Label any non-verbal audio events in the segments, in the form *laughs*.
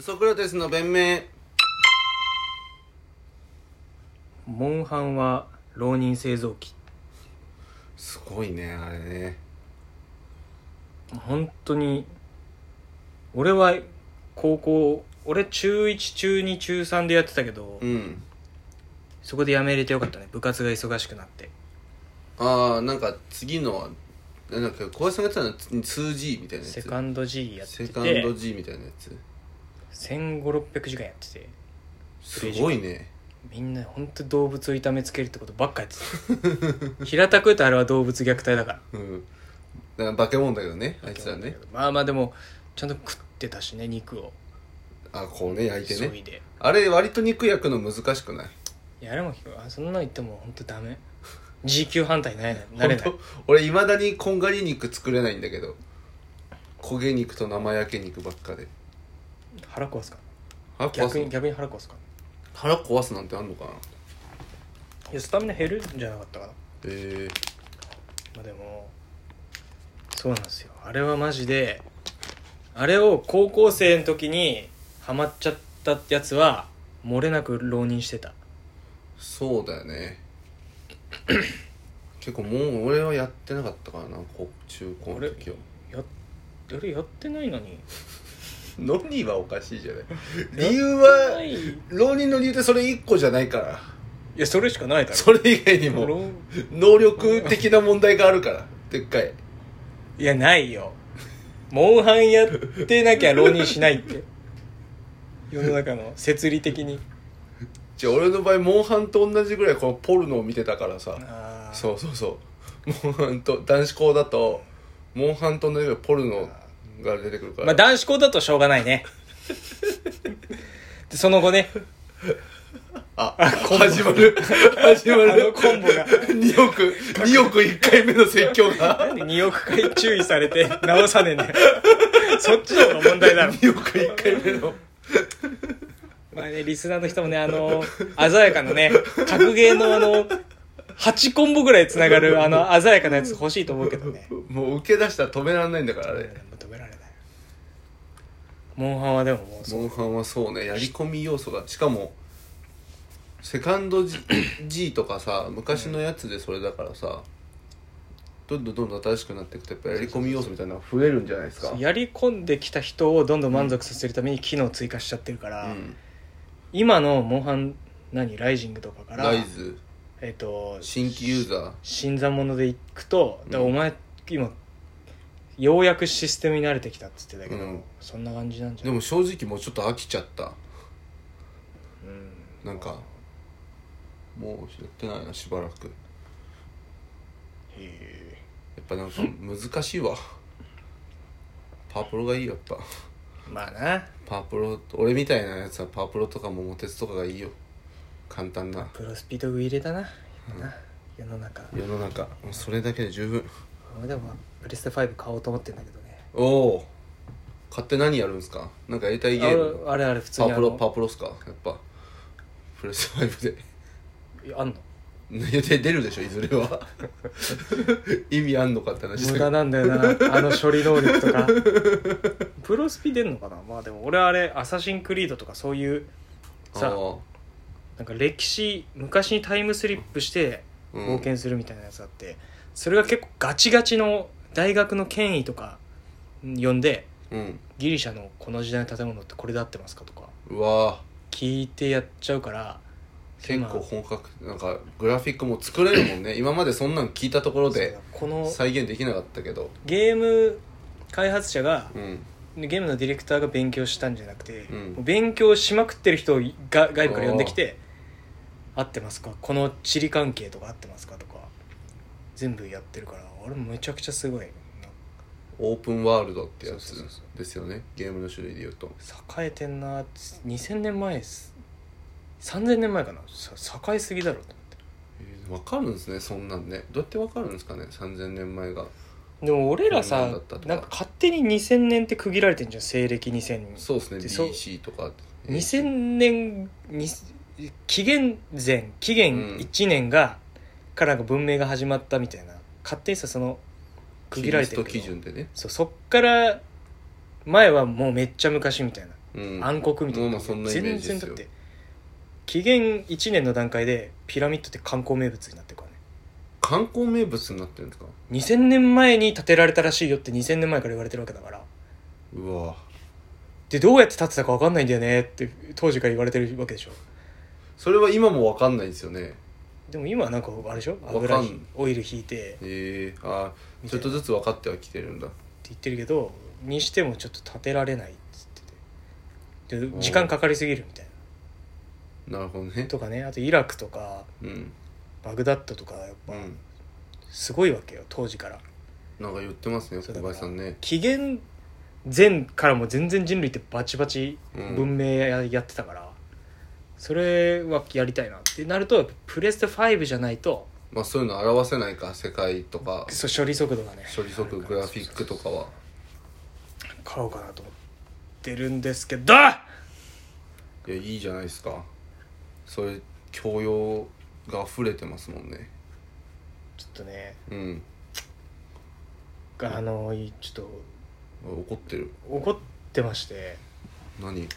ソクラテスの弁明モンハンは浪人製造機すごいねあれね本当に俺は高校俺中1中2中3でやってたけど、うんそこでやめれてよかったね部活が忙しくなってああなんか次のはなんか小林さんがやってたのは 2G みたいなやつセカンド G やってセてカンド G みたいなやつ1500600時間やっててすごいねみんな本当動物を痛めつけるってことばっかやって *laughs* た平たく言うとあれは動物虐待だからうんだから化け物だけどねあいつらねまあまあでもちゃんと食ってたしね肉をあこうね焼いて急ねいであれ割と肉焼くの難しくないいやあれもあそんなの言っても本当ダメ G 級反対になれないなれない本当俺いまだにこんがり肉作れないんだけど焦げ肉と生焼け肉ばっかで腹壊すか腹壊逆すに逆に腹壊すか腹壊すなんてあんのかないやスタミナ減るんじゃなかったかなえまあでもそうなんですよあれはマジであれを高校生の時にハマっちゃったやつは漏れなく浪人してたー、そうだよね *coughs* 結構もう俺はやってなかったからな高中高の時はやっあれやってないのにノニはおかしいじゃない理理由由はいい浪人の理由ってそれ一個じゃないからやそれしかないだろそれ以外にも浪能力的な問題があるからでっかいいやないよモンハンやってなきゃ浪人しない *laughs* って世の中の摂理的にじゃあ俺の場合モンハンと同じぐらいこのポルノを見てたからさああそうそうそうモンハンと男子校だとモンハンと同じぐらいポルノが出てくるから、まあ男子校だとしょうがない *laughs* ねでその後ね *laughs* あ始まる始まあのるコンボが2億2億1回目の説教がなんで2億回注意されて直さねえんだよそっちの方が問題だろ、 2億1回目のまあね、リスナーの人もねあの *laughs* 鮮やかなね格ゲーのあの8コンボぐらいつなが *laughs* るあの鮮やかなやつ欲しいと思うけどねもう受け出したら止められないんだからあれ求められないモンハンはでももうそうモンハンはそうねやり込み要素がしかもセカンド G, G とかさ昔のやつでそれだからさ、どんどんどんどん新しくなっていくとやっぱやり込み要素みたいなのが増えるんじゃないですかやり込んできた人をどんどん満足させるために機能追加しちゃってるから、うん、今のモンハン何ライジングとかからライズえっ、と新規ユーザー新参者で行くと、だからうおん前今ようやくシステムに慣れてきたっつってたけど、うんそんな感じなんじゃでないも正直もうちょっと飽きちゃったうんなんかもうやってないなしばらくへえやっぱなんか難しいわパープロがいいよやっぱまあなパープロ俺みたいなやつはパープロとか桃鉄とかがいいよ簡単なプロスピード食い入れだな,、な世の中世の中もうそれだけで十分俺でもプレステ5買おうと思ってんだけどねおお買って何やるんですかなんかやりたいゲあームれあれあれ普通パーにあプのロパープロっすかやっぱプレステ5でいやあんの予定出るでしょいずれ *laughs* は意味あんのかって話だ無けど駄なんだよ *laughs* なあの処理能力とかプロスピ出んのかなまあでも俺あれ「アサシンクリード」とかそういうさあーなんか歴史昔にタイムスリップしてうん冒険するみたいなやつあって、それが結構ガチガチの大学の権威とか呼んでうんギリシャのこの時代の建物ってこれで合ってますかとかうわ聞いてやっちゃうからー結構本格なんかグラフィックも作れるもん *laughs* ね今までそんなん聞いたところそうでだこの再現できなかったけどゲーム開発者がうんゲームのディレクターが勉強したんじゃなくて、うんもう勉強しまくってる人をが外部から呼んできて「合ってますかこの地理関係とか合ってますか?」とか全部やってるから俺めちゃくちゃすごいなオープンワールドってやそうそうつそうそですよねゲームの種類で言うと栄えてんな2000年前です3000年前かなさ栄えすぎだろと思ってえーわかるんですねそんなんねどうやってわかるんですかね3000年前がでも俺らこんなんださったとかなんか勝手に2000年って区切られてんじゃん西暦2000年そうですねでそう BC とかえー2000年に紀元前紀元1年が、からが文明が始まったみたいな勝手にさその区切られてるキリけどスト基準でねそうそっから前はもうめっちゃ昔みたいなうん暗黒みたいな、もうまあそんなイメージですよ全然だって紀元1年の段階でピラミッドって観光名物になってるからね観光名物になってるんですか2000年前に建てられたらしいよって2000年前から言われてるわけだからうわでどうやって建てたか分かんないんだよねって当時から言われてるわけでしょそれは今も分かんないんですよねでも今はなんかあれでしょわ油かんひオイル引いてってええあーみちたいょっとなずつ分かってはきてるんだ言ってるけどにしてもちょっと建てられないっつってておでう時間かかりすぎるみたいなるほどなねとかねあとイラクとかうんバグダッドとかやっぱうんすごいわけよ当時からなんか言ってますね小そうだから林さんね紀元前からも全然人類ってバチバチうん文明ややってたから、それはやりたいなってなるとプレステ5じゃないとまあそういうの表せないか世界とかそう処理速度がね処理速度グラフィックとかは買おうかなと思ってるんですけどいやいいじゃないですかそういう教養が溢れてますもんねちょっとねうんあのいちょっ怒ってると怒ってまして何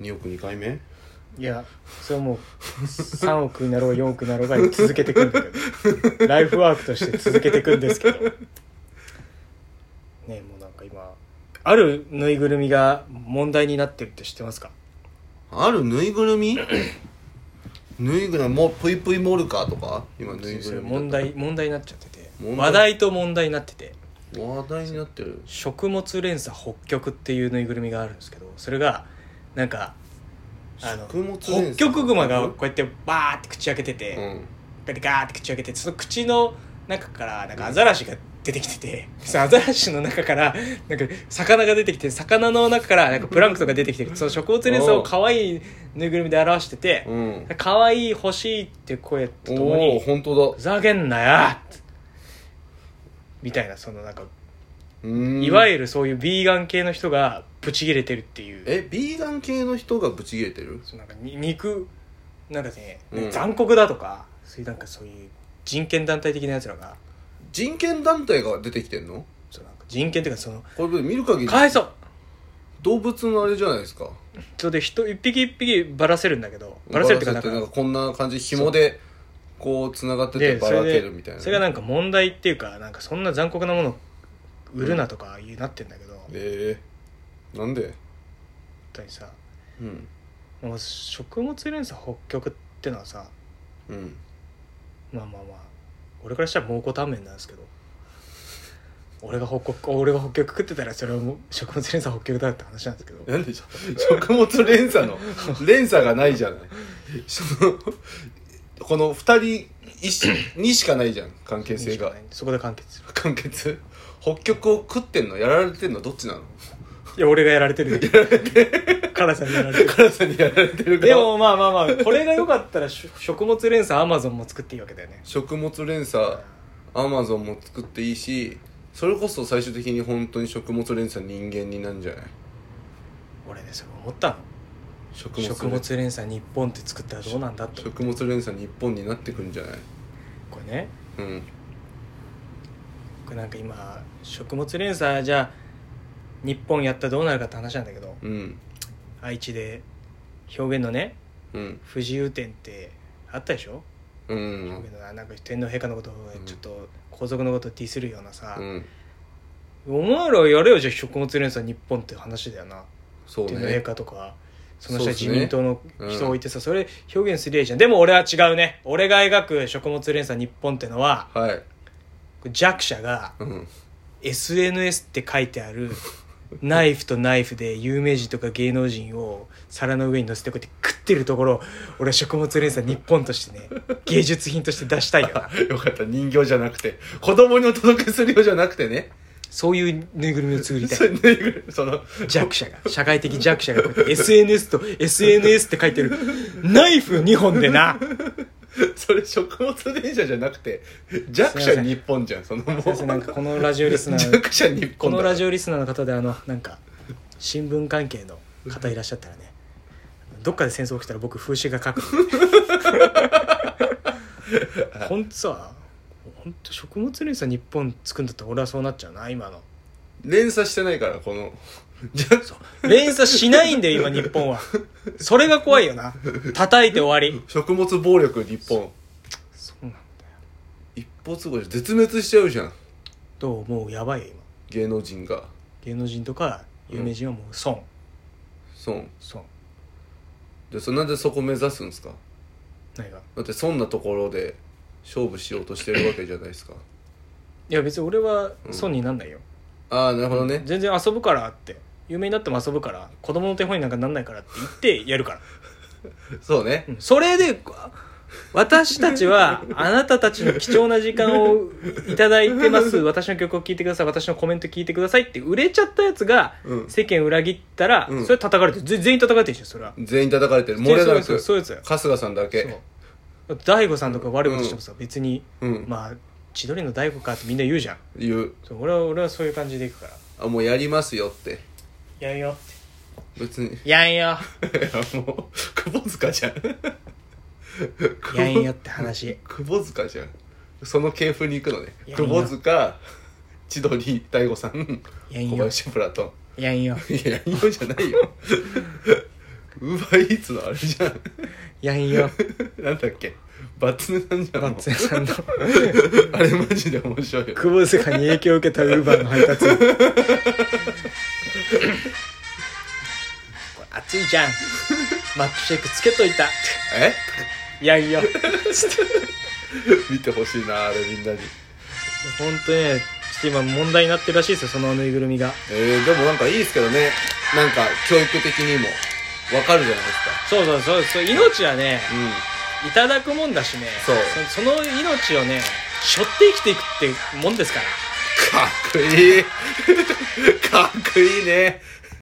2億2回目いやそれはもう3億になろう4億になろうが続けていくんだけどライフワークとして続けていくんですけどねえもうなんか今あるぬいぐるみが問題になってるって知ってますかあるぬいぐる *clears throat* みぬいぐるみもぷいぷいモルカーとか今ぬいぐそるれみ問題問題になっちゃってて問題話題と問題になってて話題になってる食物連鎖北極っていうぬいぐるみがあるんですけどそれがなんかあの食物連鎖北極熊がこうやってバーって口開けてて、うんガリガーって口開けてその口の中からなんかアザラシが出てきてて、そのアザラシの中からなんか魚が出てきて魚の中からなんかプランクトンが出てきてるその食物連鎖を可愛いぬいぐるみで表しててうん可愛い欲しいって声とともおおに本当ふだざけんなよみたいなそのなんかうーんいわるゆるそういうビーガン系の人がブチ切れてるっていうえビーガン系の人がブチ切れてるそうなんかに肉なんかね、うん残酷だとかそういうなんかそういう人権団体的なやつらが人権団体が出てきてんのそうなんか人権っていうかそのこれ見る限りかわいそう動物のあれじゃないですかそれで人一匹一匹ばらせるんだけどばらせるっていうバかラせなんなんかかこんな感じ紐でこうつながっててでばそれらけでるみたいなそれがなんか問題っていうかなんかそんな残酷なもの売るなとかいうなってんだけど、本ええなんで当にさうんもう食物連鎖北極ってのはさうんまあまあまあ俺からしたら蒙古タンメンなんですけど俺が北極俺が北極食ってたらそれはもう食物連鎖北極だって話なんですけどなんでしょ *laughs* 食物連鎖の連鎖がないじゃないそのこの二人一緒にしかないじゃん関係性がそこで完結する完結北極を食ってんのやられてんのどっちなの *laughs* いや俺がやられ *laughs* てるやられて辛さにやられてる辛さにやられてるか *laughs* でらもまあまあまあこれが良かったらしょ食物連鎖アマゾンも作っていいわけだよね食物連鎖アマゾンも作っていいしそれこそ最終的に本当に食物連鎖人間になるんじゃない俺ねそれ思ったの食物食連物連鎖日本って作ったらどうなんだって食物連鎖日本になってくんじゃないこれねうんこれなんか今食物連鎖じゃあ日本やったらどうなるかって話なんだけどうん愛知で表現のねうん不自由展ってあったでしょ、うだんけどななんか天皇陛下のことをちょっと皇族のことをディスるようなさう、んお前らやれよじゃあ食物連鎖日本って話だよな、そう天皇陛ね下とかその下そうっす自ね民党の人を置いてさそ,、れ表現すりゃいいじゃんでも俺は違うね俺が描く食物連鎖日本ってのははい弱者がうん *laughs* SNS って書いてあるナイフとナイフで有名人とか芸能人を皿の上に乗せてこうやって食ってるところを俺は食物連鎖日本とし *laughs* てね芸術品として出したいよなよかった人形じゃなくて子供にお届けするようじゃなくてねそういうぬいぐるみを作りたそいぬいぐるみその弱者が社会的弱者がこうやって SNS と SNS って書いてるナイフ2本でなそれ食物連鎖じゃなくて弱すい者ません日本じゃんそのもう先生なんかこのラジオリ *laughs* スナー弱者日こ本のだラジオリスナーの方であのなんか新聞関係の方いらっしゃったらねどっかで戦争起きたら僕風刺が書くんでほんとさほんと食物連鎖日本つくんだったら俺はそうなっちゃうな今の連鎖してないからこのそう連鎖しないんだよ今日本はそれが怖いよな叩いて終わり食物暴力日本そうなんだよ一方通行じゃ絶滅しちゃうじゃんどう思うやばいよ今芸能人が芸能人とか有名人はもう損、損損でそなんでそこ目指すんですか何がだってそんなところで勝負しようとしてるわけじゃないですかいや別に俺は損になんないよ、ああなるほどね全然遊ぶからって有名になっても遊ぶから子供の手本になんかなんないからって言ってやるから、そうねうんそれであ私たちはあなたたちの貴重な時間をいただいてます私の曲を聴いてください私のコメント聞いてくださいって売れちゃったやつがうん世間裏切ったら、うんそれ叩かれてるぜ全員叩かれてるでしょそれは全員叩かれてる漏れなくそうそうそうそういうやつだよ春日さんだけそう大悟さんとか悪いことしてもさ、別に、うんまあ千鳥の大悟かってみんな言うじゃん言うそう俺は俺はそういう感じでいくからあもうやりますよってやんよっ別 *laughs* にいてやんよやもう窪塚 *laughs* じゃんやんよって話窪塚じゃんその系譜に行くのねいや窪塚千鳥大悟さんやん小よ林プラトやんよンいややんよじゃないよウーバーイーツのあれじゃんやんよ *laughs* なんだっけバツネさんじゃんバッツェさんのあれマジで面白いよ久保塚に影響を受けたウーバーの配達員これ *laughs* 熱いじゃんマップシェイクつけといたえやんよ見てほしいなあれみんなに本当ねちょっと今問題になってるらしいですよそのぬいぐるみがえー、でもなんかいいですけどねなんか教育的にもわかるじゃないですかそうそうそうそう命はねうんいただくもんだしねそうそその命をね背負って生きていくってもんですから *laughs* かっこいいかっこいいね